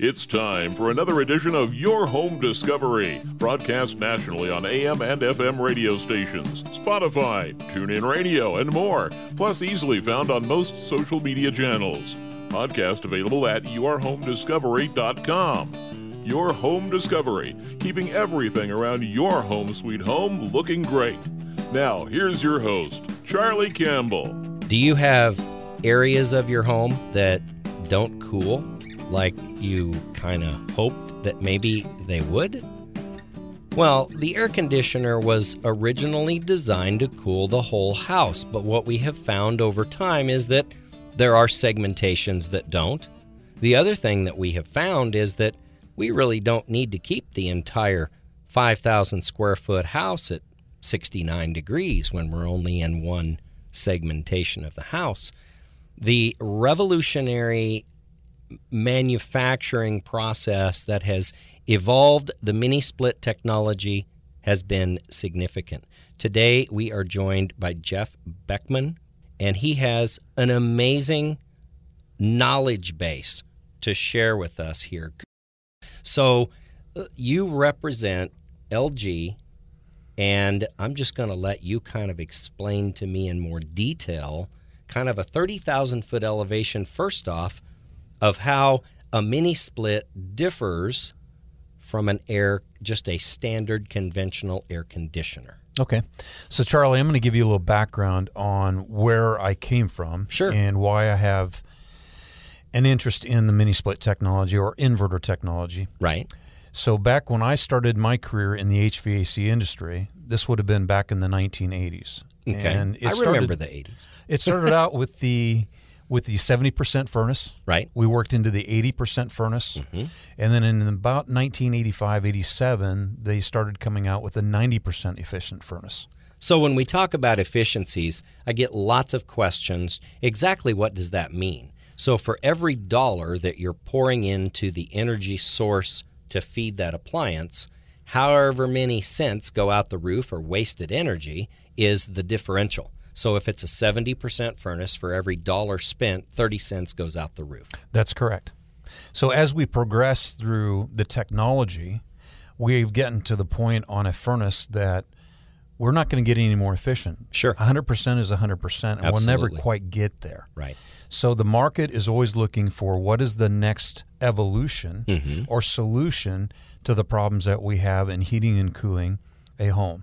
It's time for another edition of Your Home Discovery, broadcast nationally on AM and FM radio stations, Spotify, TuneIn Radio, and more, plus easily found on most social media channels. Podcast available at yourhomediscovery.com. Your Home Discovery, keeping everything around your home sweet home looking great. Now, here's your host, Charlie Campbell. Do you have areas of your home that don't cool like you kind of hoped that maybe they would? Well, the air conditioner was originally designed to cool the whole house, but what we have found over time is that there are segmentations that don't. The other thing that we have found is that we really don't need to keep the entire 5,000 square foot house at 69 degrees when we're only in one segmentation of the house. The revolutionary manufacturing process that has evolved the mini split technology has been significant. Today, we are joined by Jeff Beckman, and he has an amazing knowledge base to share with us here. So, uh, you represent LG, and I'm just going to let you kind of explain to me in more detail, kind of a 30,000 foot elevation, first off, of how a mini split differs from an air just a standard conventional air conditioner. Okay. So, Charlie, I'm going to give you a little background on where I came from Sure. and why I have an interest in the mini split technology or inverter technology. Right. So, back when I started my career in the HVAC industry, this would have been back in the 1980s. Okay. And it I started, remember the 80s. It started out with the with the 70% furnace. Right. We worked into the 80% furnace. Mm-hmm. And then in about 1985, 87, they started coming out with a 90% efficient furnace. So when we talk about efficiencies, I get lots of questions. Exactly what does that mean? So for every dollar that you're pouring into the energy source to feed that appliance, however many cents go out the roof or wasted energy is the differential. So if it's a 70% furnace for every dollar spent, 30 cents goes out the roof. That's correct. So as we progress through the technology, we've gotten to the point on a furnace that we're not going to get any more efficient. Sure. 100% is 100%, and we'll never Absolutely. quite get there. Right. So the market is always looking for what is the next evolution Mm-hmm. or solution to the problems that we have in heating and cooling a home.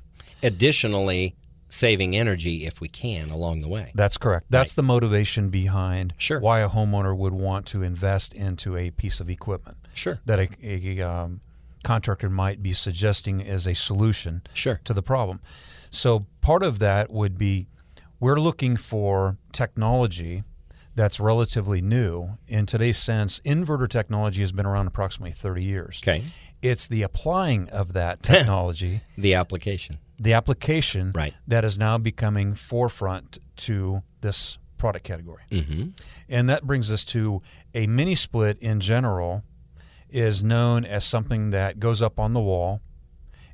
Additionally, saving energy if we can along the way. That's correct. That's the motivation behind Sure. why a homeowner would want to invest into a piece of equipment Sure. that a, a um, contractor might be suggesting as a solution Sure. to the problem. So part of that would be we're looking for technology that's relatively new. In today's sense, inverter technology has been around approximately 30 years. Okay. It's the applying of that technology, The application. the application Right. that is now becoming forefront to this product category. Mm-hmm. And that brings us to a mini split in general is known as something that goes up on the wall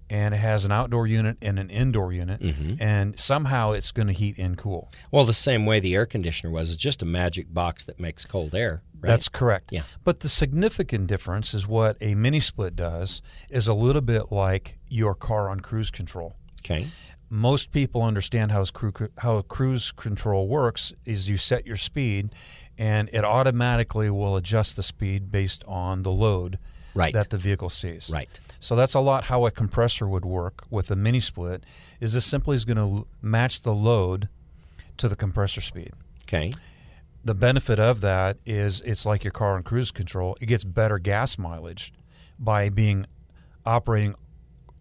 and it has an outdoor unit and an indoor unit Mm-hmm. and somehow it's going to heat and cool. Well, the same way the air conditioner was, it's just a magic box that makes cold air. Right? That's correct. Yeah. But the significant difference is what a mini split does is a little bit like your car on cruise control. okay. most people understand how cru- how cruise control works is you set your speed and it automatically will adjust the speed based on the load Right. that the vehicle sees. Right. So that's a lot how a compressor would work with a mini split is this simply is going to match the load to the compressor speed. Okay. The benefit of that is it's like your car on cruise control. It gets better gas mileage by being operating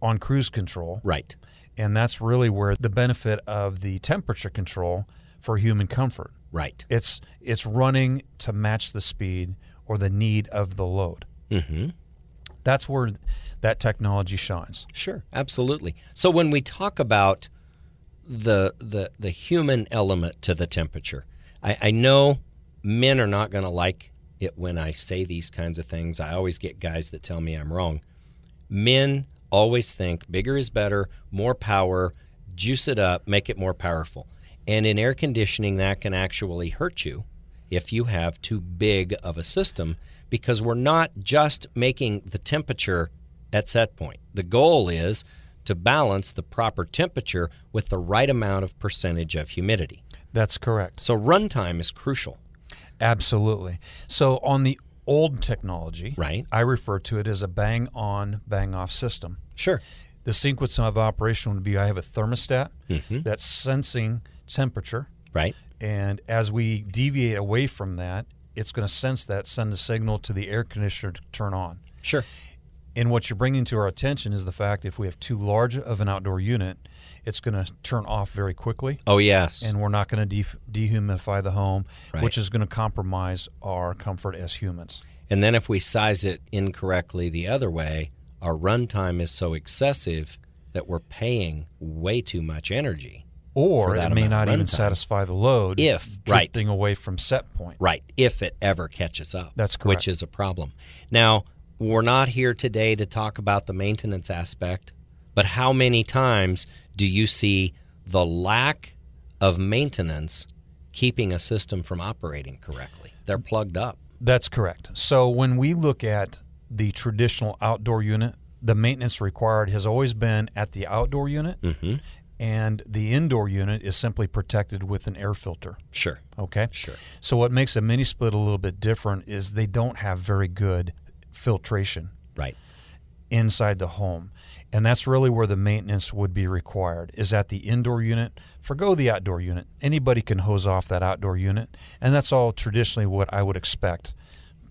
on cruise control Right. and that's really where the benefit of the temperature control for human comfort. Right. It's it's running to match the speed or the need of the load. Mm-hmm. That's where that technology shines. Sure. Absolutely. So when we talk about the the the human element to the temperature, I, I know men are not going to like it when I say these kinds of things. I always get guys that tell me I'm wrong. Men always think bigger is better, more power, juice it up, make it more powerful. And in air conditioning, that can actually hurt you if you have too big of a system because we're not just making the temperature at set point. The goal is to balance the proper temperature with the right amount of percentage of humidity. That's correct. So runtime is crucial, Absolutely. So on the old technology, right? I refer to it as a bang on, bang off system. Sure. The sequence of operation would be I have a thermostat Mm-hmm. that's sensing temperature, Right? and as we deviate away from that, it's going to sense that, send a signal to the air conditioner to turn on. Sure. And what you're bringing to our attention is the fact if we have too large of an outdoor unit, it's going to turn off very quickly, Oh, yes. and we're not going to de- dehumidify the home, Right. which is going to compromise our comfort as humans. And then if we size it incorrectly the other way, our runtime is so excessive that we're paying way too much energy. Or For that it may amount of not even runtime. satisfy the load If- right. drifting away from set point. Right, if it ever catches up. That's Which correct. is a problem. Now, we're not here today to talk about the maintenance aspect, but how many times do you see the lack of maintenance keeping a system from operating correctly? They're plugged up. That's correct. So when we look at the traditional outdoor unit, the maintenance required has always been at the outdoor unit, Mhm. and the indoor unit is simply protected with an air filter. Sure, Okay. sure. So what makes a mini split a little bit different is they don't have very good filtration Right. inside the home. And that's really where the maintenance would be required is at the indoor unit. Forgo the outdoor unit. Anybody can hose off that outdoor unit. And that's all traditionally what I would expect.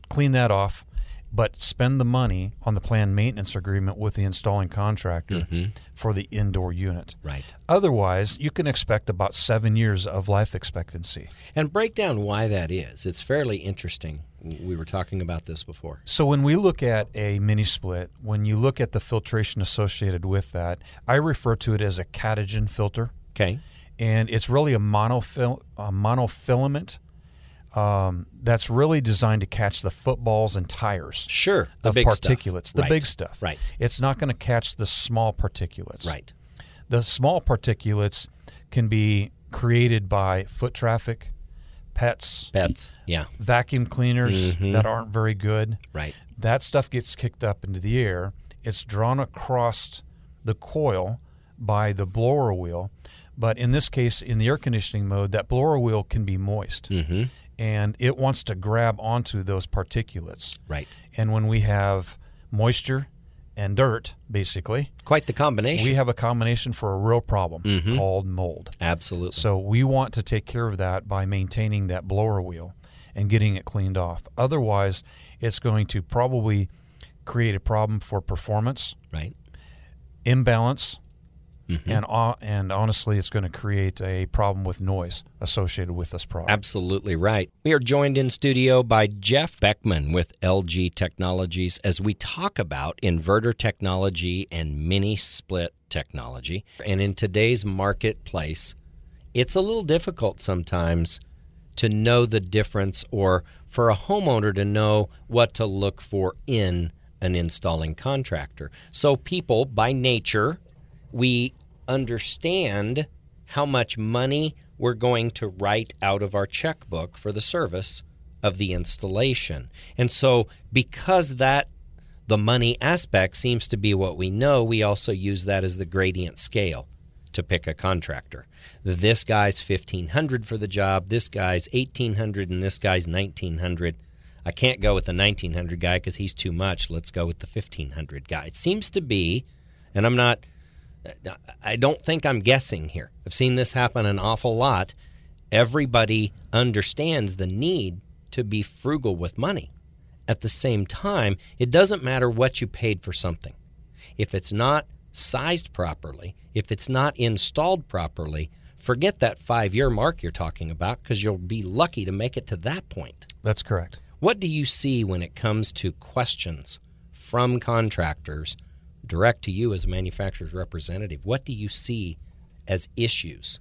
Clean that off, but spend the money on the planned maintenance agreement with the installing contractor for the indoor unit. Right. Otherwise, you can expect about seven years of life expectancy. And break down why that is. It's fairly interesting. We were talking about this before. So when we look at a mini split, when you look at the filtration associated with that, I refer to it as a catagen filter, Okay. and it's really a, monofil- a monofilament um, that's really designed to catch the footballs and tires Sure. The of big stuff. particulates, the Right. big stuff. Right. It's not going to catch the small particulates. Right. The small particulates can be created by foot traffic, pets, Pets. Yeah. vacuum cleaners that aren't very good Right. that stuff gets kicked up into the air. It's drawn across the coil by the blower wheel. But in this case, in the air conditioning mode, that blower wheel can be moist Mm-hmm. and it wants to grab onto those particulates. Right. And when we have moisture and dirt, basically, Quite the combination. we have a combination for a real problem Mhm. called mold. Absolutely. So we want to take care of that by maintaining that blower wheel and getting it cleaned off. Otherwise, it's going to probably create a problem for performance, right. imbalance, Mhm. and ho- and honestly, it's going to create a problem with noise associated with this product. Absolutely right. We are joined in studio by Jeff Beckman with LG Technologies as we talk about inverter technology and mini split technology. And in today's marketplace, it's a little difficult sometimes to know the difference or for a homeowner to know what to look for in an installing contractor. So, people by nature, we understand how much money we're going to write out of our checkbook for the service of the installation. And so, because that the money aspect seems to be what we know, we also use that as the gradient scale to pick a contractor. This guy's 1500 for the job, this guy's 1800 and this guy's 1900. I can't go with the 1900 guy cuz he's too much. Let's go with the 1500 guy. It seems to be and I'm not I don't think I'm guessing here. I've seen this happen an awful lot. Everybody understands the need to be frugal with money. At the same time, it doesn't matter what you paid for something. If it's not sized properly, if it's not installed properly, forget that five year mark you're talking about because you'll be lucky to make it to that point. That's correct. What do you see when it comes to questions from contractors direct to you as a manufacturer's representative? What do you see as issues?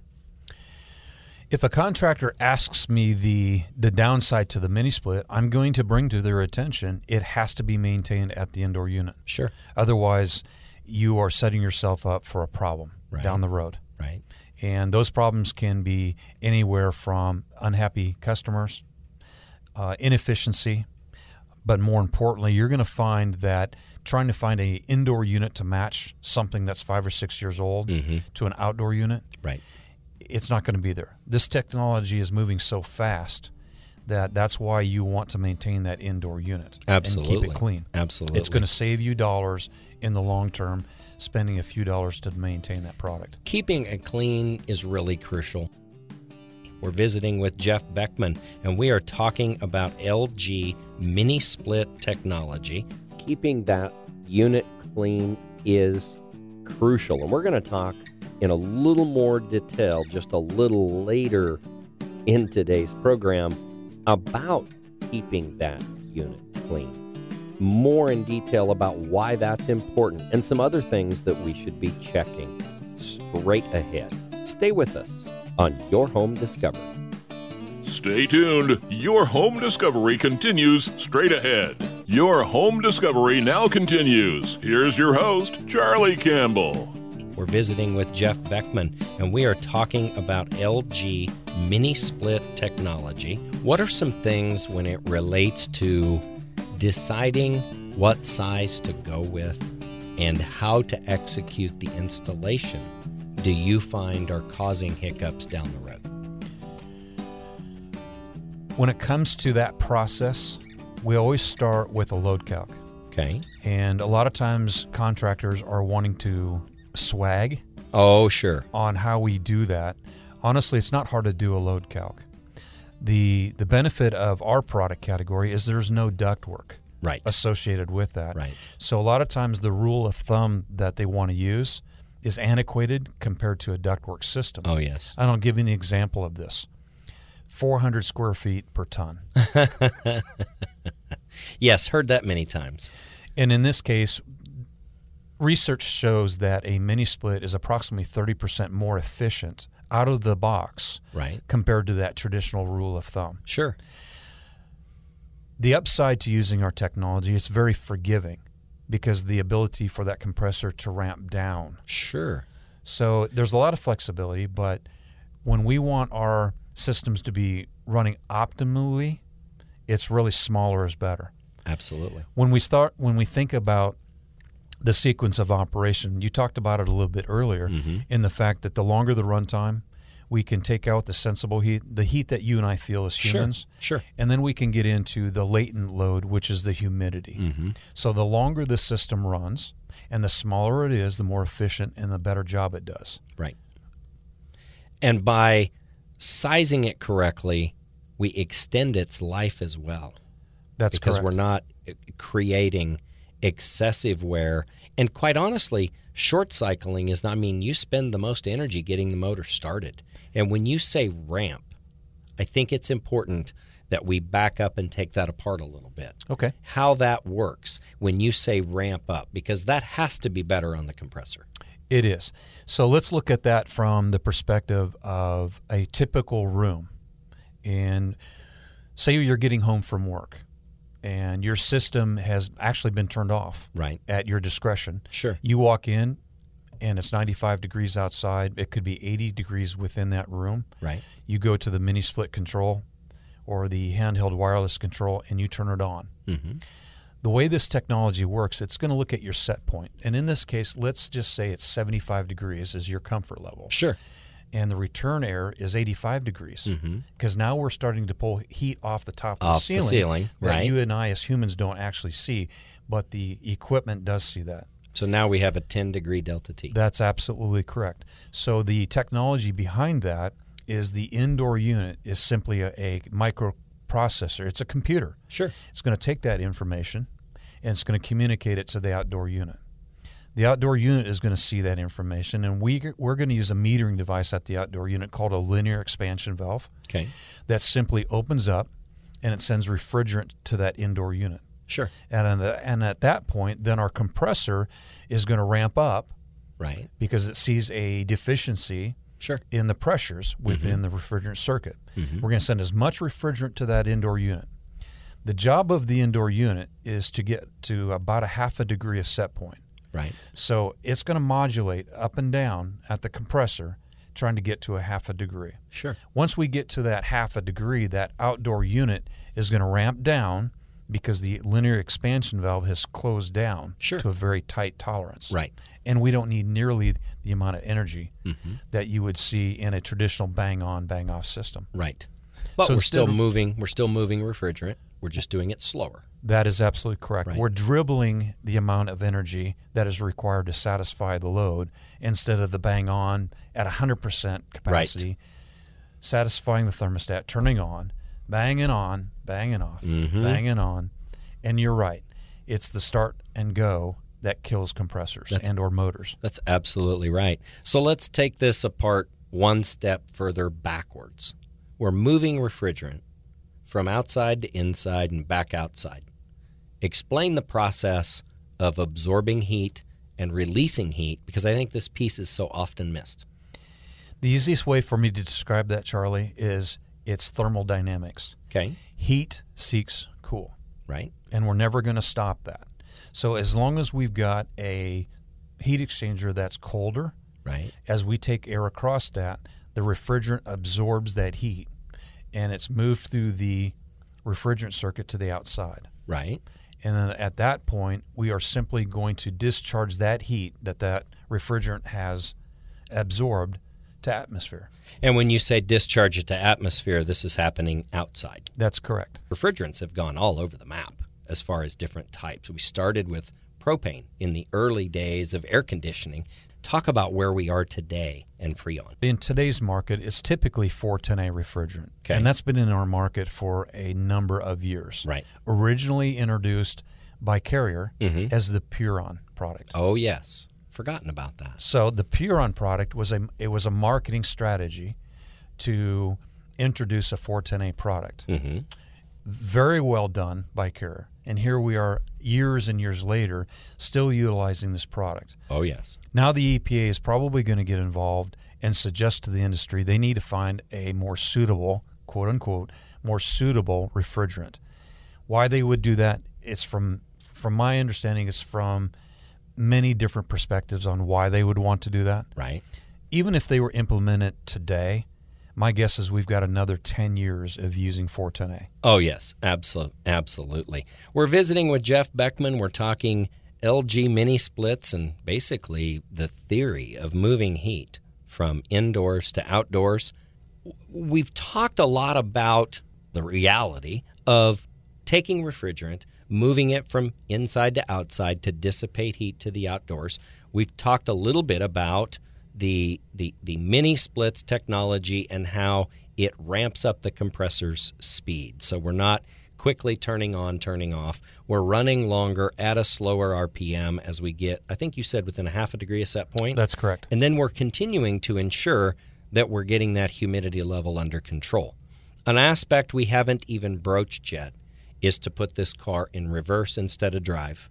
If a contractor asks me the the downside to the mini split, I'm going to bring to their attention it has to be maintained at the indoor unit. Sure. Otherwise, you are setting yourself up for a problem Right. down the road. Right. And those problems can be anywhere from unhappy customers, uh, inefficiency, but more importantly, you're going to find that trying to find a indoor unit to match something that's five or six years old Mm-hmm. to an outdoor unit, Right. it's not going to be there. This technology is moving so fast that that's why you want to maintain that indoor unit Absolutely. and keep it clean. Absolutely. It's going to save you dollars in the long term, spending a few dollars to maintain that product. Keeping it clean is really crucial. We're visiting with Jeff Beckman, and we are talking about LG mini split technology. Keeping that unit clean is crucial, and we're going to talk in a little more detail just a little later in today's program about keeping that unit clean. More in detail about why that's important and some other things that we should be checking straight ahead. Stay with us on Your Home Discovery. Stay tuned. Your home discovery continues straight ahead. Your home discovery now continues. Here's your host, Charlie Campbell. We're visiting with Jeff Beckman, and we are talking about LG mini split technology. What are some things when it relates to deciding what size to go with and how to execute the installation do you find are causing hiccups down the road? When it comes to that process, we always start with a load calc. Okay. And a lot of times contractors are wanting to swag Oh, sure. on how we do that. Honestly, it's not hard to do a load calc. The the benefit of our product category is there's no ductwork Right. Oh, associated with that. Right. So a lot of times the rule of thumb that they want to use is antiquated compared to a ductwork system. Oh, yes. And I'll give you an example of this. 400 square feet per ton. Yes, heard that many times. And in this case, research shows that a mini split is approximately 30% more efficient out of the box Right. compared to that traditional rule of thumb. Sure. The upside to using our technology is very forgiving because the ability for that compressor to ramp down. Sure. So there's a lot of flexibility, but when we want our systems to be running optimally, it's really smaller is better. Absolutely. when we start when we think about the sequence of operation you talked about it a little bit earlier Mm-hmm. in the fact that the longer the runtime we can take out the sensible heat the heat that you and i feel as humans Sure. Sure. and then we can get into the latent load which is the humidity Mm-hmm. so the longer the system runs and the smaller it is the more efficient and the better job it does Right. And by sizing it correctly, we extend its life as well that's because correct. we're not uh, creating excessive wear. And quite honestly, short cycling is, I mean, you spend the most energy getting the motor started. And when you say ramp, I think it's important that we back up and take that apart a little bit. okay How that works when you say ramp up, because that has to be better on the compressor. It is. So let's look at that from the perspective of a typical room. And say you're getting home from work and your system has actually been turned off Right. at your discretion. Sure. You walk in and it's 95 degrees outside, it could be 80 degrees within that room. Right. You go to the mini split control or the handheld wireless control and you turn it on Mm-hmm. the way this technology works, it's going to look at your set point. And in this case, let's just say it's 75 degrees is your comfort level. Sure. And the return error is 85 degrees. Mm-hmm. Because now we're starting to pull heat off the top of Off the the ceiling. ceiling, that right. you and I as humans don't actually see, but the equipment does see that. So now we have a 10 degree delta T. That's absolutely correct. So the technology behind that is the indoor unit is simply a, a microprocessor. It's a computer. Sure. It's going to take that information and it's going to communicate it to the outdoor unit. The outdoor unit is going to see that information, and we, we're going to use a metering device at the outdoor unit called a linear expansion valve Okay. that simply opens up and it sends refrigerant to that indoor unit. Sure. And, on the, and at that point, then our compressor is going to ramp up Right. because it sees a deficiency Sure. in the pressures within the refrigerant circuit. We're going to send as much refrigerant to that indoor unit. The job of the indoor unit is to get to about a half a degree of set point. Right. So it's going to modulate up and down at the compressor, trying to get to a half a degree. Sure. Once we get to that half a degree, that outdoor unit is going to ramp down because the linear expansion valve has closed down Sure. to a very tight tolerance. Right. And we don't need nearly the amount of energy Mm-hmm. that you would see in a traditional bang on, bang off system. Right. But So we're still instead of- moving. We're still moving refrigerant. We're just doing it slower. That is absolutely correct. Right. We're dribbling the amount of energy that is required to satisfy the load instead of the bang on at 100% capacity, satisfying the thermostat, turning on, banging on, banging off, Mm-hmm. banging on. And you're right. It's the start and go that kills compressors and or motors. That's absolutely right. So let's take this apart one step further backwards. We're moving refrigerant from outside to inside and back outside. Explain the process of absorbing heat and releasing heat because I think this piece is so often missed. The easiest way for me to describe that, Charlie, is it's thermodynamics. Okay? Heat seeks cool. Right? and we're never going to stop that. So as long as we've got a heat exchanger that's colder, Right. as we take air across that, the refrigerant absorbs that heat and it's moved through the refrigerant circuit to the outside. Right. And then at that point, we are simply going to discharge that heat that that refrigerant has absorbed to atmosphere. And when you say discharge it to atmosphere, this is happening outside. That's correct. refrigerants have gone all over the map as far as different types. We started with propane in the early days of air conditioning. Talk about where we are today and Freon. in today's market it's typically 410A refrigerant. Okay. And that's been in our market for a number of years. Right. Originally introduced by Carrier Mhm. as the Puron product. Oh yes, forgotten about that. So the Puron product was a it was a marketing strategy to introduce a 410A product. Mm-hmm. Very well done by Carrier. And here we are years and years later still utilizing this product. Oh yes, Now the EPA is probably going to get involved and suggest to the industry they need to find a more suitable, quote unquote, more suitable refrigerant. Why they would do that, it's from from my understanding, it's from many different perspectives on why they would want to do that. right. Even if they were implemented today, my guess is we've got another 10 years of using 410A. Oh yes, absolutely, absolutely. We're visiting with Jeff Beckman. We're talking LG mini splits and basically the theory of moving heat from indoors to outdoors. we've talked a lot about the reality of taking refrigerant, moving it from inside to outside to dissipate heat to the outdoors. We've talked a little bit about the the the mini splits technology and how it ramps up the compressor's speed. So we're not quickly turning on, turning off. We're running longer at a slower RPM as we get, I think you said within a half a degree of set point. That's correct. And then we're continuing to ensure that we're getting that humidity level under control. An aspect we haven't even broached yet is to put this car in reverse instead of drive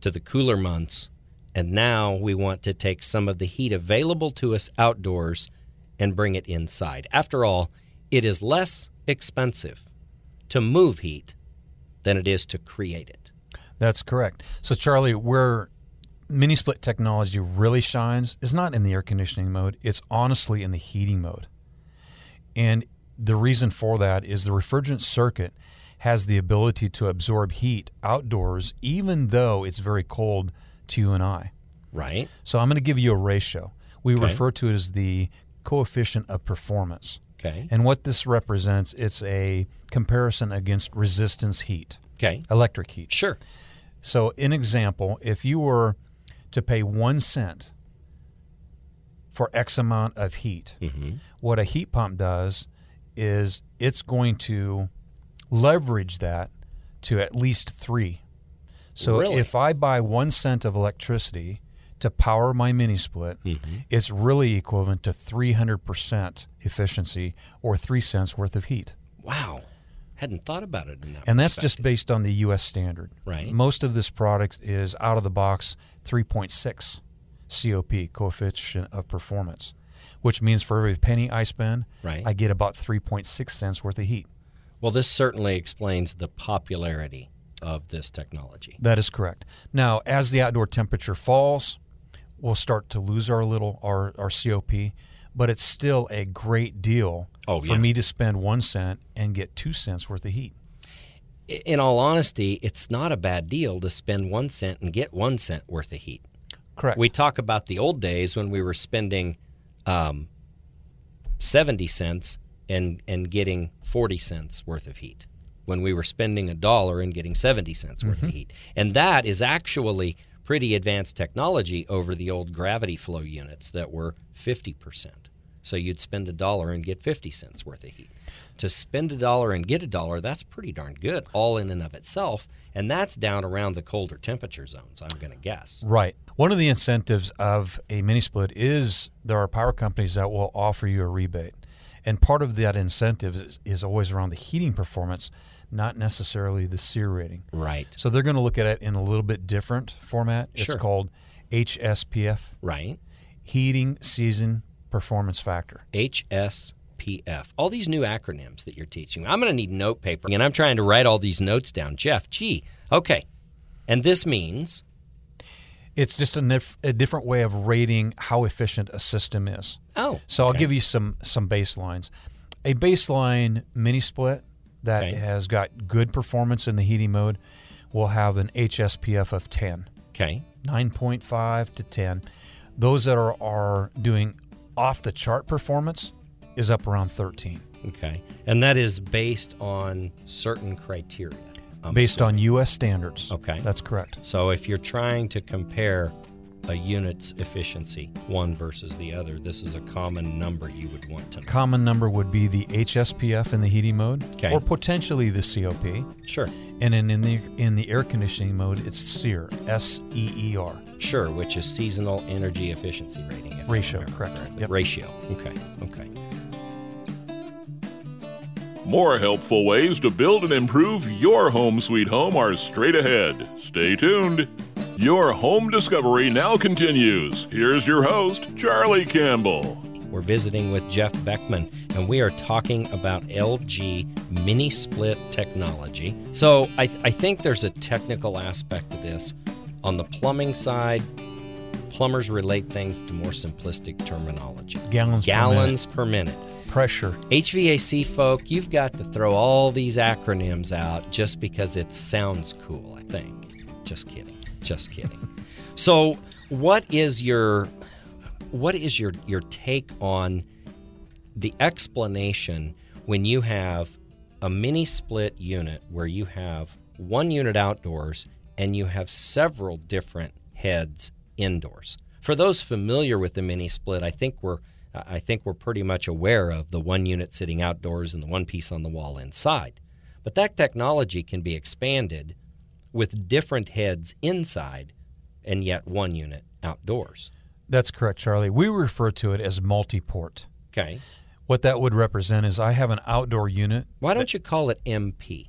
to the cooler months. And now we want to take some of the heat available to us outdoors and bring it inside. After all, it is less expensive to move heat than it is to create it. That's correct. So, Charlie, where mini split technology really shines is not in the air conditioning mode, it's honestly in the heating mode. And the reason for that is the refrigerant circuit has the ability to absorb heat outdoors, even though it's very cold to you and I. Right? So, I'm going to give you a ratio. We refer to it as the coefficient of performance. Okay. And what this represents, it's a comparison against resistance heat, Okay. electric heat. Sure. So, an example, if you were to pay one cent for X amount of heat, Mhm. what a heat pump does is it's going to leverage that to at least three. So, Really? if I buy one cent of electricity to power my mini split, it's really equivalent to 300% efficiency or three cents worth of heat. Wow. Hadn't thought about it in that And that's just perspective. based on the U.S. standard. Right. Most of this product is out of the box 3.6 COP, coefficient of performance, which means for every penny I spend, Right. I get about 3.6 cents worth of heat. Well, this certainly explains the popularity of this technology. That is correct. Now, as the outdoor temperature falls, we'll start to lose our little our, our COP, but it's still a great deal Oh, for yeah. me to spend one cent and get two cents worth of heat. i- in all honesty, it's not a bad deal to spend one cent and get one cent worth of heat. Correct. We talk about the old days when we were spending um, 70 cents and, and getting 40 cents worth of heat, when we were spending a dollar and getting 70 cents worth of heat. And that is actually pretty advanced technology over the old gravity flow units that were 50%. So you'd spend a dollar and get 50 cents worth of heat. To spend a dollar and get a dollar, that's pretty darn good, all in and of itself. And that's down around the colder temperature zones, I'm going to guess. Right. One of the incentives of a mini split is there are power companies that will offer you a rebate. And part of that incentive is, is always around the heating performance, not necessarily the SEER rating. Right. So they're going to look at it in a little bit different format. Sure. It's called HSPF, Right. Heating Season Performance Factor. HSPF. All these new acronyms that you're teaching. I'm going to need note paper, and I'm trying to write all these notes down. Jeff, gee, okay. And this means It's just a, nif- a different way of rating how efficient a system is. oh, So I'll give you some some baselines. A baseline mini split that Okay. has got good performance in the heating mode will have an HSPF of 10, okay, 9.5 to 10. Those that are, are doing off the chart performance is up around 13 okay, and that is based on certain criteria. I'm based on US standards. Okay. That's correct. So if you're trying to compare a unit's efficiency, one versus the other, this is a common number you would want to know. Common number would be the HSPF in the heating mode Okay. or potentially the COP. Sure, And in, in the in the air conditioning mode it's SEER, S E E R. sure, which is seasonal energy efficiency rating. if I Ratio, remember correct. correctly. Yep. Ratio, okay, okay. More helpful ways to build and improve your home sweet home are straight ahead. Stay tuned. Your home discovery now continues. Here's your host, Charlie Campbell. We're visiting with Jeff Beckman, and we are talking about LG mini split technology. So, I, I think there's a technical aspect to this. On the plumbing side, plumbers relate things to more simplistic terminology Gallons per gallons per minute. minute. pressure HVAC folk, you've got to throw all these acronyms out just because it sounds cool, I think. Just kidding. Just kidding. so, what is your what is your your take on the explanation when you have a mini split unit where you have one unit outdoors and you have several different heads indoors. For those familiar with the mini split, I think we're I think we're pretty much aware of the one unit sitting outdoors and the one piece on the wall inside. But that technology can be expanded with different heads inside and yet one unit outdoors. That's correct, Charlie. We refer to it as multi-port. Okay. What that would represent is I have an outdoor unit. Why don't you call it MP?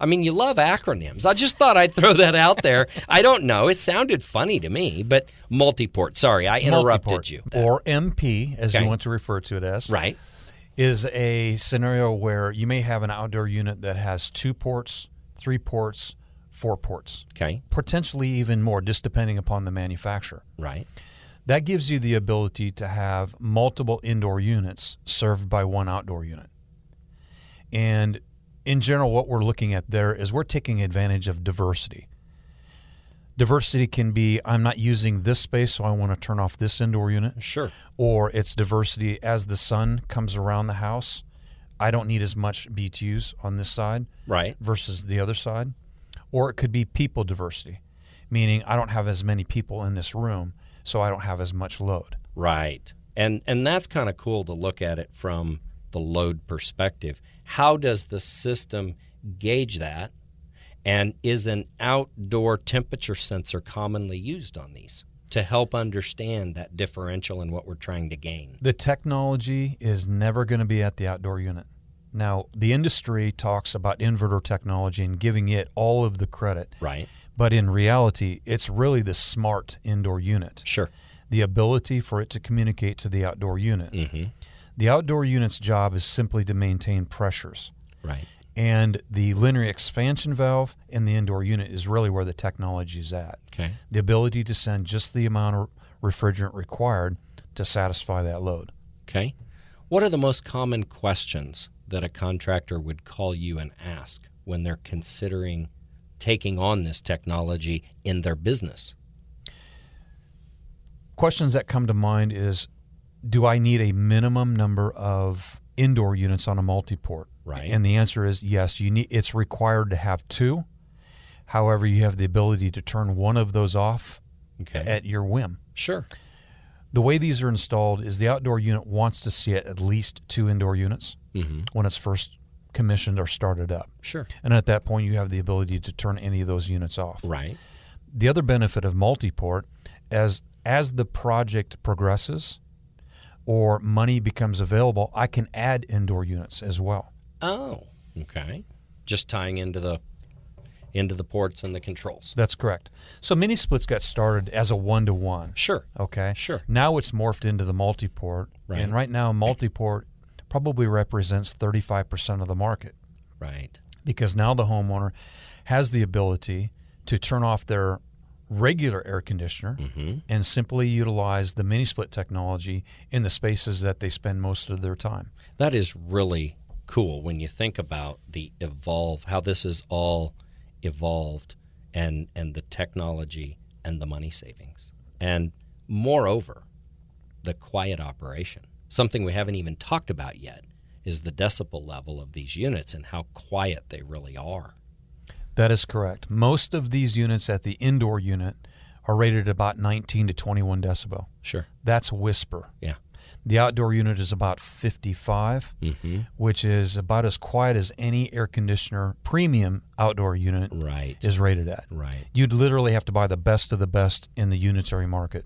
I mean, you love acronyms. I just thought I'd throw that out there. I don't know. It sounded funny to me, but multiport. Sorry, I interrupted multiport, you. Or MP, as Okay. you want to refer to it as, right. is a scenario where you may have an outdoor unit that has two ports, three ports, four ports, Okay. potentially even more, just depending upon the manufacturer. Right. That gives you the ability to have multiple indoor units served by one outdoor unit. And in general, what we're looking at there is we're taking advantage of diversity. Diversity can be I'm not using this space, so I want to turn off this indoor unit, Sure. or it's diversity as the sun comes around the house. I don't need as much BTUs on this side Right. versus the other side, or it could be people diversity, meaning I don't have as many people in this room, so I don't have as much load. Right. And and that's kind of cool to look at it from the load perspective. How does the system gauge that? And is an outdoor temperature sensor commonly used on these to help understand that differential and what we're trying to gain? The technology is never going to be at the outdoor unit. Now, the industry talks about inverter technology and giving it all of the credit, Right. but in reality, it's really the smart indoor unit, Sure. the ability for it to communicate to the outdoor unit. Mm-hmm. The outdoor unit's job is simply to maintain pressures. Right. and the linear expansion valve in the indoor unit is really where the technology is at. Okay. The ability to send just the amount of refrigerant required to satisfy that load. Okay. What are the most common questions that a contractor would call you and ask when they're considering taking on this technology in their business? Questions that come to mind is do I need a minimum number of indoor units on a multi-port? Right. And the answer is yes, you need it's required to have two. However, you have the ability to turn one of those off Okay. at your whim. sure. The way these are installed is the outdoor unit wants to see at least two indoor units Mm-hmm. when it's first commissioned or started up. Sure. And at that point, you have the ability to turn any of those units off. Right. The other benefit of multiport, as as the project progresses or money becomes available, I can add indoor units as well. Oh. Okay. Just tying into the into the ports and the controls. That's correct. So mini splits got started as a one to one. Sure. Okay. Sure. Now it's morphed into the multiport, Right. and right now multiport probably represents thirty five percent of the market. Right. because now the homeowner has the ability to turn off their regular air conditioner and simply utilize the mini split technology in the spaces that they spend most of their time. That is really cool when you think about the evolve, how this is all evolved and and the technology and the money savings. And moreover, the quiet operation. Something we haven't even talked about yet is the decibel level of these units and how quiet they really are. That is correct. Most of these units at the indoor unit are rated about 19 to 21 decibel. Sure. That's whisper. Yeah. The outdoor unit is about 55, Mhm. which is about as quiet as any air conditioner premium outdoor unit Right. is rated at. Right. You'd literally have to buy the best of the best in the unitary market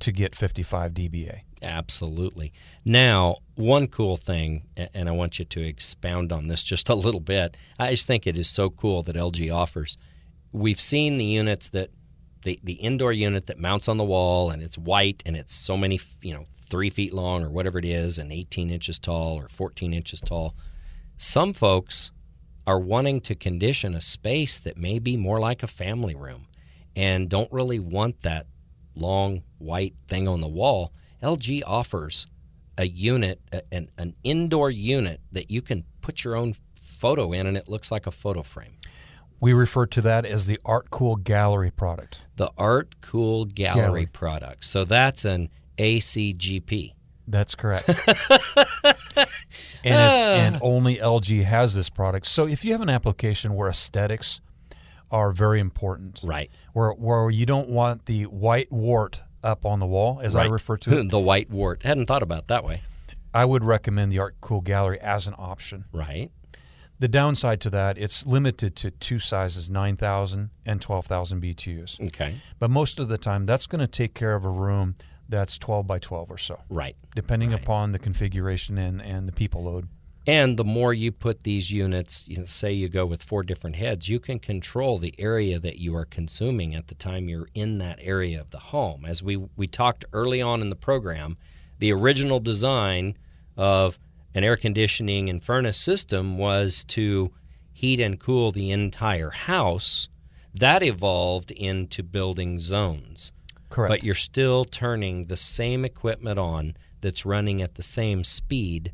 to get 55 dBA. Absolutely. Now, one cool thing, a- and I want you to expound on this just a little bit. I just think it is so cool that LG offers. We've seen the units that the, the indoor unit that mounts on the wall and it's white and it's so many, you know, three feet long or whatever it is and 18 inches tall or 14 inches tall. Some folks are wanting to condition a space that may be more like a family room and don't really want that long white thing on the wall, LG offers a unit, a- an, an indoor unit that you can put your own photo in and it looks like a photo frame. We refer to that as the Art Cool Gallery product. The Art Cool Gallery, Gallery. product. So that's an ACGP. That's correct. and, it's, and only LG has this product. So if you have an application where aesthetics are very important, Right. where, where you don't want the white wart up on the wall, as I Right. refer to it, the white wart. Hadn't thought about it that way. I would recommend the Art Cool Gallery as an option. Right. The downside to that, it's limited to two sizes, 9,000 and 12,000 BTUs. Okay. But most of the time, that's going to take care of a room that's 12 by 12 or so, Right. depending upon the configuration and, and the people load. And the more you put these units, you know, say you go with four different heads, you can control the area that you are consuming at the time you're in that area of the home. As we, we talked early on in the program, the original design of an air conditioning and furnace system was to heat and cool the entire house. That evolved into building zones. Correct. But you're still turning the same equipment on that's running at the same speed.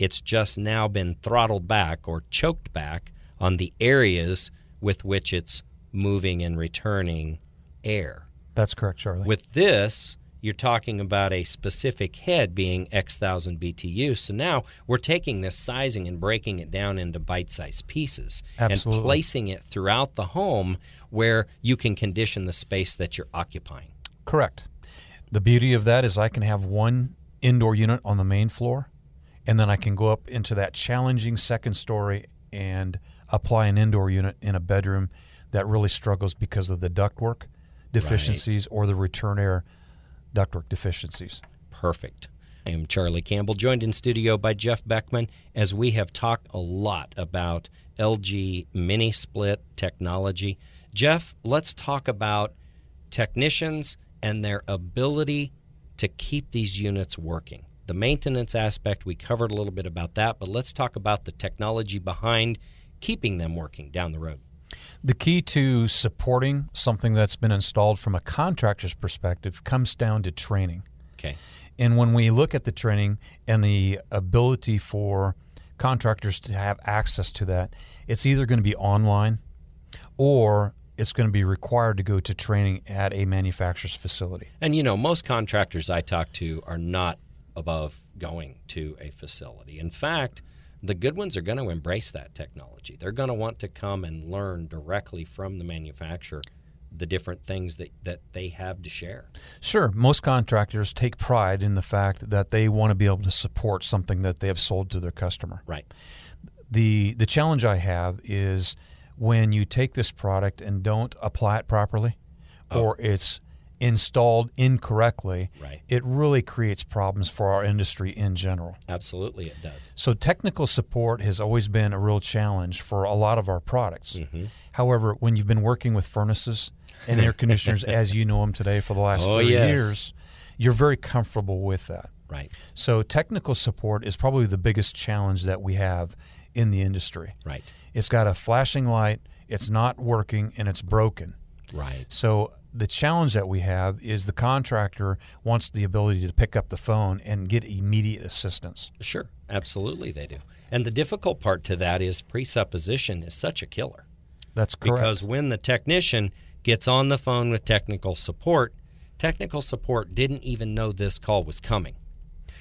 It's just now been throttled back or choked back on the areas with which it's moving and returning air. that's correct, Charlie. With this, you're talking about a specific head being X thousand BTU. So now we're taking this sizing and breaking it down into bite sized pieces Absolutely. and placing it throughout the home where you can condition the space that you're occupying. correct. The beauty of that is I can have one indoor unit on the main floor, and then I can go up into that challenging second story and apply an indoor unit in a bedroom that really struggles because of the ductwork deficiencies or the return air ductwork deficiencies. Perfect. I am Charlie Campbell, joined in studio by Jeff Beckman, as we have talked a lot about LG mini split technology. Jeff, let's talk about technicians and their ability to keep these units working. The maintenance aspect, we covered a little bit about that, but let's talk about the technology behind keeping them working down the road. The key to supporting something that's been installed from a contractor's perspective comes down to training. Okay. And when we look at the training and the ability for contractors to have access to that. It's either going to be online or it's going to be required to go to training at a manufacturer's facility. And you know, most contractors I talk to are not above going to a facility. In fact, the good ones are going to embrace that technology. They're going to want to come and learn directly from the manufacturer the different things that, that they have to share. Sure, most contractors take pride in the fact that they want to be able to support something that they have sold to their customer. Right. The the challenge I have is when you take this product and don't apply it properly or it's installed incorrectly, Right. it really creates problems for our industry in general. Absolutely, it does. So technical support has always been a real challenge for a lot of our products. Mm-hmm. However, when you've been working with furnaces and air conditioners as you know them today for the last Oh, three yes. years, you're very comfortable with that. Right, So technical support is probably the biggest challenge that we have in the industry. right, It's got a flashing light, it's not working and it's broken. right. So the challenge that we have is the contractor wants the ability to pick up the phone and get immediate assistance. Sure, absolutely, they do. And the difficult part to that is presupposition is such a killer. That's correct. Because when the technician gets on the phone with technical support, technical support didn't even know this call was coming.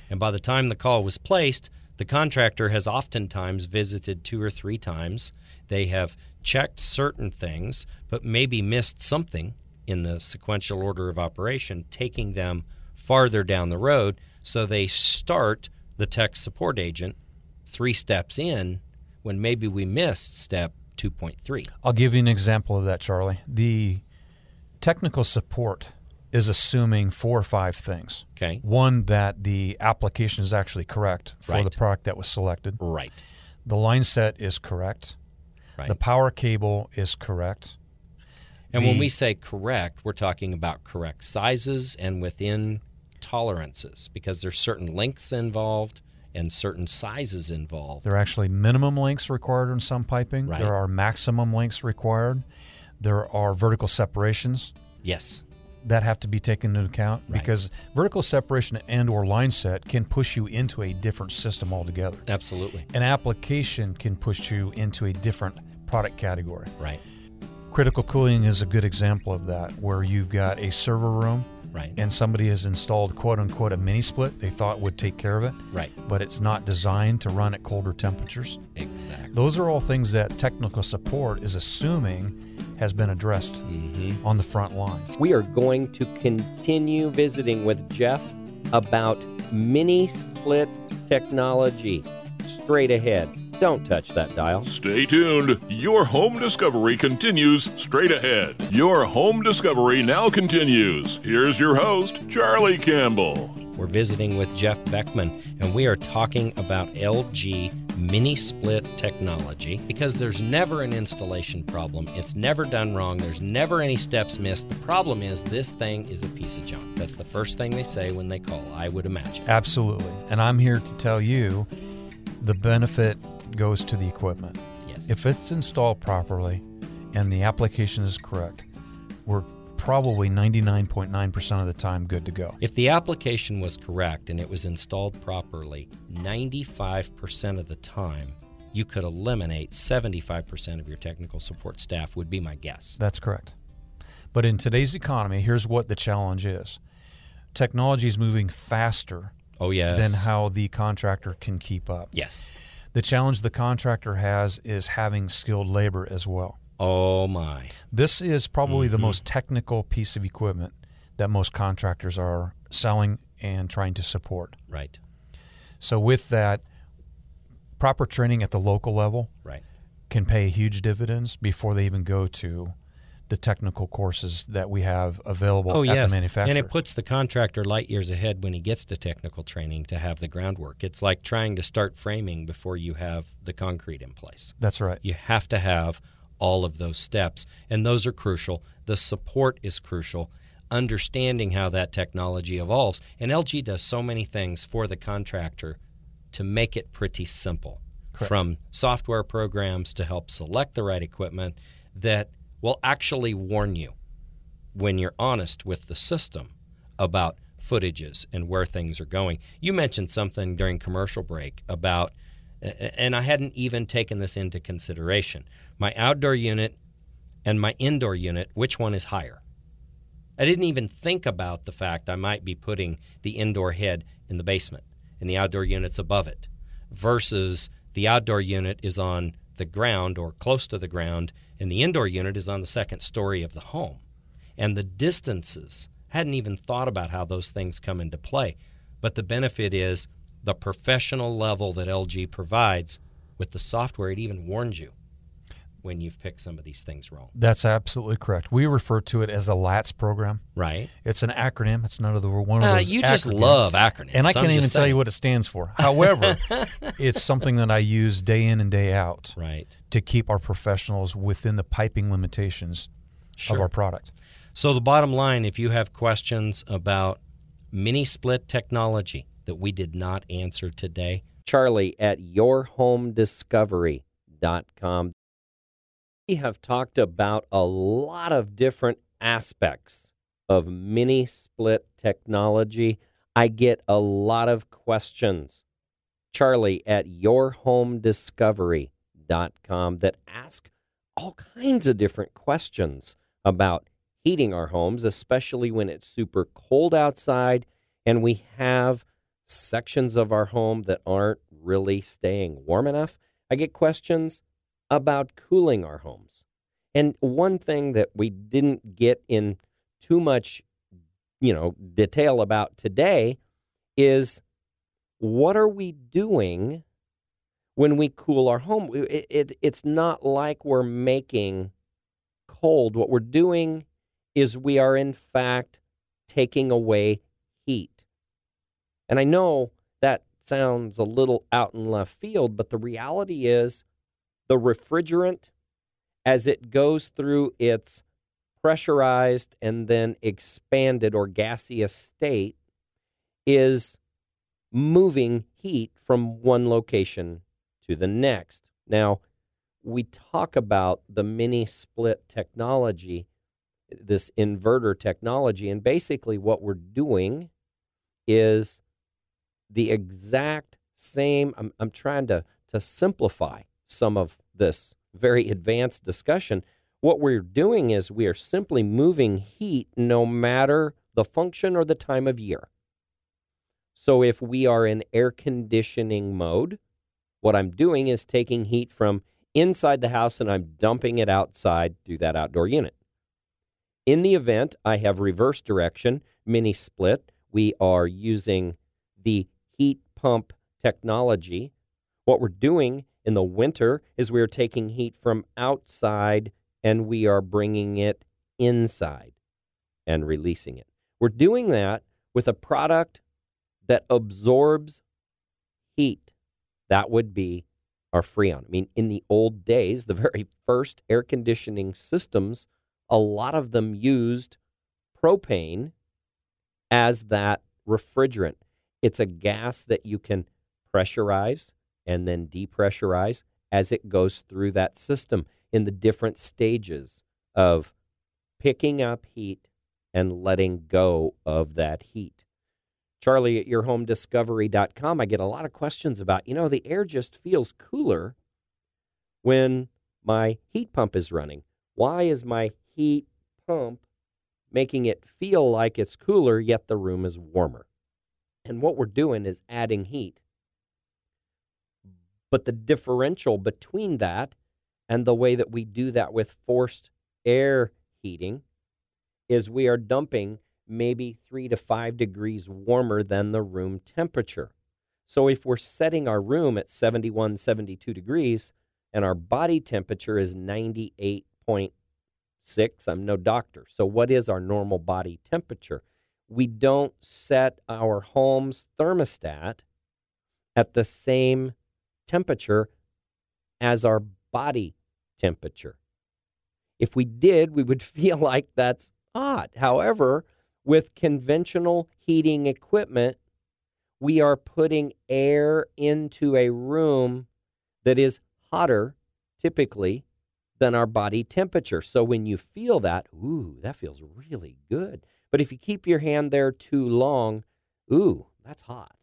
And by the time the call was placed, the contractor has oftentimes visited two or three times. They have checked certain things, but maybe missed something in the sequential order of operation, taking them farther down the road. So they start the tech support agent three steps in when maybe we missed step 2.3. I'll give you an example of that, Charlie. The technical support is assuming four or five things. Okay. One, that the application is actually correct for the Right. product that was selected. Right. The line set is correct. Right. The power cable is correct. and when the- we say correct, we're talking about correct sizes and within tolerances because there's certain lengths involved and certain sizes involved. There are actually minimum lengths required in some piping. Right. There are maximum lengths required. There are vertical separations Yes. that have to be taken into account because vertical separation and or line set can push you into a different system altogether. Absolutely. An application can push you into a different product category. Right. Critical cooling is a good example of that where you've got a server room Right. and somebody has installed quote unquote a mini split they thought would take care of it, right. but it's not designed to run at colder temperatures. Exactly. Those are all things that technical support is assuming has been addressed Mm-hmm. on the front line. We are going to continue visiting with Jeff about mini split technology straight ahead. Don't touch that dial. Stay tuned. Your home discovery continues straight ahead. Your home discovery now continues. Here's your host, Charlie Campbell. We're visiting with Jeff Beckman, and we are talking about LG mini split technology because there's never an installation problem. It's never done wrong. There's never any steps missed. The problem is this thing is a piece of junk. That's the first thing they say when they call, I would imagine. Absolutely. And I'm here to tell you the benefit goes to the equipment. Yes. If it's installed properly and the application is correct, we're probably 99.9% of the time good to go. If the application was correct and it was installed properly, 95% of the time, you could eliminate 75% of your technical support staff, would be my guess. That's correct. But in today's economy, here's what the challenge is technology is moving faster Oh, yes. than how the contractor can keep up. Yes. The challenge the contractor has is having skilled labor as well. Oh, my. This is probably Mm-hmm. the most technical piece of equipment that most contractors are selling and trying to support. Right, So, with that, proper training at the local level right. can pay huge dividends before they even go to the technical courses that we have available Oh, at yes. the manufacturer. And it puts the contractor light years ahead when he gets to technical training to have the groundwork. It's like trying to start framing before you have the concrete in place. That's right. You have to have all of those steps, and those are crucial. The support is crucial. Understanding how that technology evolves. And LG does so many things for the contractor to make it pretty simple from software programs to help select the right equipment that will actually warn you when you're honest with the system about footages and where things are going. You mentioned something during commercial break about A- and I hadn't even taken this into consideration. My outdoor unit and my indoor unit, which one is higher? I didn't even think about the fact I might be putting the indoor head in the basement and the outdoor unit's above it versus the outdoor unit is on the ground or close to the ground and the indoor unit is on the second story of the home. And the distances, hadn't even thought about how those things come into play. But the benefit is the professional level that LG provides with the software. It even warns you when you've picked some of these things wrong. That's absolutely correct. We refer to it as the LATS program. Right. It's an acronym. It's none of the one of Uh, those you just acronyms. love acronyms. and I I'm can't just even tell you saying. what it stands for. However, it's something that I use day in and day out Right. to keep our professionals within the piping limitations Sure. of our product. So the bottom line, if you have questions about mini split technology that we did not answer today, Charlie at yourhomediscovery.com. We have talked about a lot of different aspects of mini split technology. I get a lot of questions. Charlie at yourhomediscovery.com that ask all kinds of different questions about heating our homes, especially when it's super cold outside and we have sections of our home that aren't really staying warm enough. I get questions about cooling our homes. And one thing that we didn't get in too much, you know, detail about today is what are we doing when we cool our home? It, it, it's not like we're making cold. What we're doing is we are, in fact, taking away heat. And I know that sounds a little out in left field, but the reality is the refrigerant, as it goes through its pressurized and then expanded or gaseous state, is moving heat from one location to the next. Now, we talk about the mini split technology, this inverter technology, and basically what we're doing is the exact same. I'm, I'm trying to, to simplify some of this very advanced discussion. What we're doing is we are simply moving heat no matter the function or the time of year. So if we are in air conditioning mode, what I'm doing is taking heat from inside the house and I'm dumping it outside through that outdoor unit. In the event I have reverse direction, mini split, we are using the heat pump technology. What we're doing in the winter is we are taking heat from outside and we are bringing it inside and releasing it. We're doing that with a product that absorbs heat. That would be our Freon. I mean, in the old days, the very first air conditioning systems, a lot of them used propane as that refrigerant. It's a gas that you can pressurize and then depressurize as it goes through that system in the different stages of picking up heat and letting go of that heat. Charlie at yourhomediscovery.com. I get a lot of questions about, you know, the air just feels cooler when my heat pump is running. Why is my heat pump making it feel like it's cooler, yet the room is warmer? And what we're doing is adding heat. But the differential between that and the way that we do that with forced air heating is we are dumping maybe three to five degrees warmer than the room temperature. So if we're setting our room at 71, 72 degrees and our body temperature is 98.6, I'm no doctor. So what is our normal body temperature? We don't set our home's thermostat at the same temperature as our body temperature. If we did, we would feel like that's odd. However, with conventional heating equipment, we are putting air into a room that is hotter typically than our body temperature. So when you feel that, ooh, that feels really good. But if you keep your hand there too long, ooh, that's hot.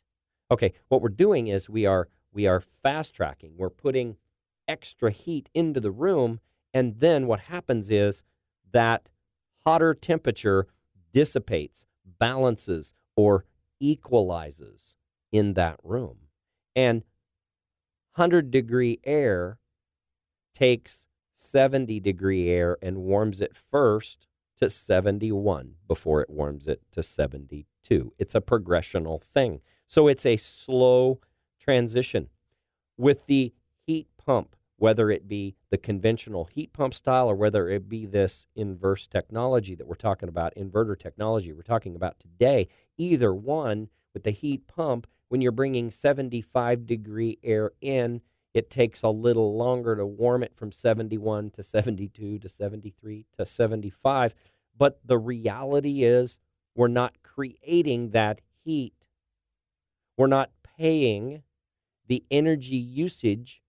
Okay, what we're doing is we are We are fast tracking. We're putting extra heat into the room. And then what happens is that hotter temperature dissipates, balances, or equalizes in that room. And 100 degree air takes 70 degree air and warms it first to 71 before it warms it to 72. It's a progressional thing. So it's a slow transition. With the heat pump, whether it be the conventional heat pump style or whether it be this inverse technology that we're talking about, inverter technology we're talking about today, either one with the heat pump, when you're bringing 75 degree air in, it takes a little longer to warm it from 71 to 72 to 73 to 75. But the reality is, we're not creating that heat. We're not paying the energy usage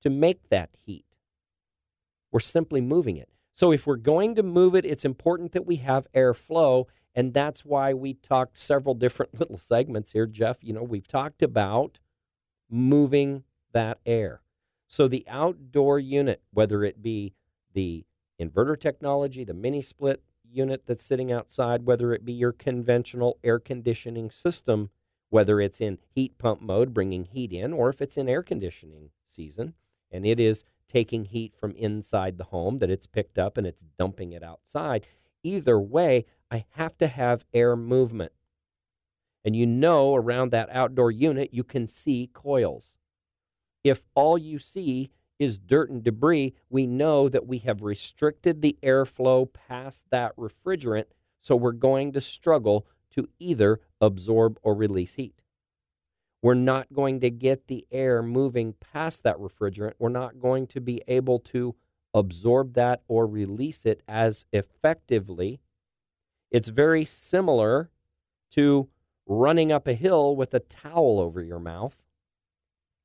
to make that heat. We're simply moving it. So, if we're going to move it, it's important that we have airflow. And that's why we talked several different little segments here, Jeff. You know, we've talked about moving that air. So the outdoor unit, whether it be the inverter technology, the mini split unit that's sitting outside, whether it be your conventional air conditioning system, whether it's in heat pump mode, bringing heat in, or if it's in air conditioning season and it is taking heat from inside the home that it's picked up and it's dumping it outside, either way, I have to have air movement. And you know, around that outdoor unit, you can see coils. If all you see is dirt and debris, we know that we have restricted the airflow past that refrigerant, so we're going to struggle to either absorb or release heat. We're not going to get the air moving past that refrigerant. We're not going to be able to absorb that or release it as effectively. It's very similar to running up a hill with a towel over your mouth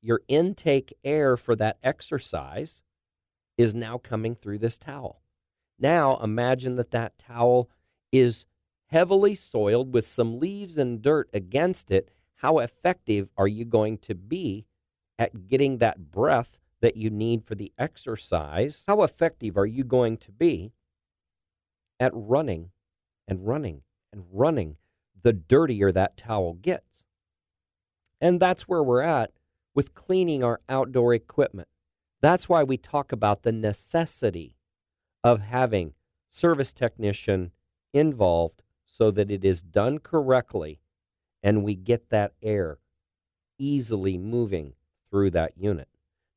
your intake air for that exercise is now coming through this towel. Now imagine that that towel is heavily soiled with some leaves and dirt against it. How effective are you going to be at getting that breath that you need for the exercise? How effective are you going to be at running and running and running the dirtier that towel gets? And that's where we're at with cleaning our outdoor equipment. That's why we talk about the necessity of having service technician involved so that it is done correctly and we get that air easily moving through that unit.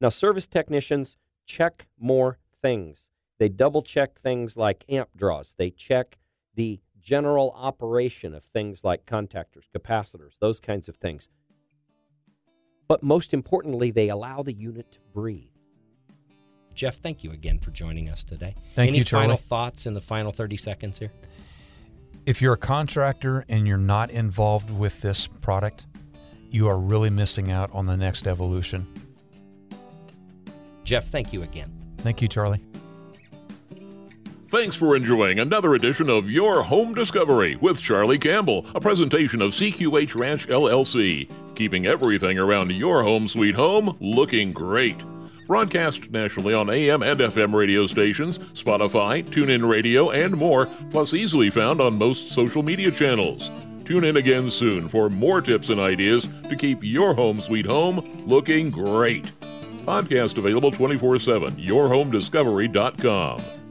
Now service technicians check more things. They double check things like amp draws. They check the general operation of things like contactors, capacitors, those kinds of things but most importantly, they allow the unit to breathe. Jeff, thank you again for joining us today. Thank Any you, Charlie. final thoughts in the final 30 seconds here? If you're a contractor and you're not involved with this product, you are really missing out on the next evolution. Jeff, thank you again. Thank you, Charlie. Thanks for enjoying another edition of Your Home Discovery with Charlie Campbell, a presentation of CQH Ranch LLC, keeping everything around your home sweet home looking great. Broadcast nationally on AM and FM radio stations, Spotify, TuneIn Radio, and more, plus easily found on most social media channels. Tune in again soon for more tips and ideas to keep your home sweet home looking great. Podcast available 24 7, yourhomediscovery.com.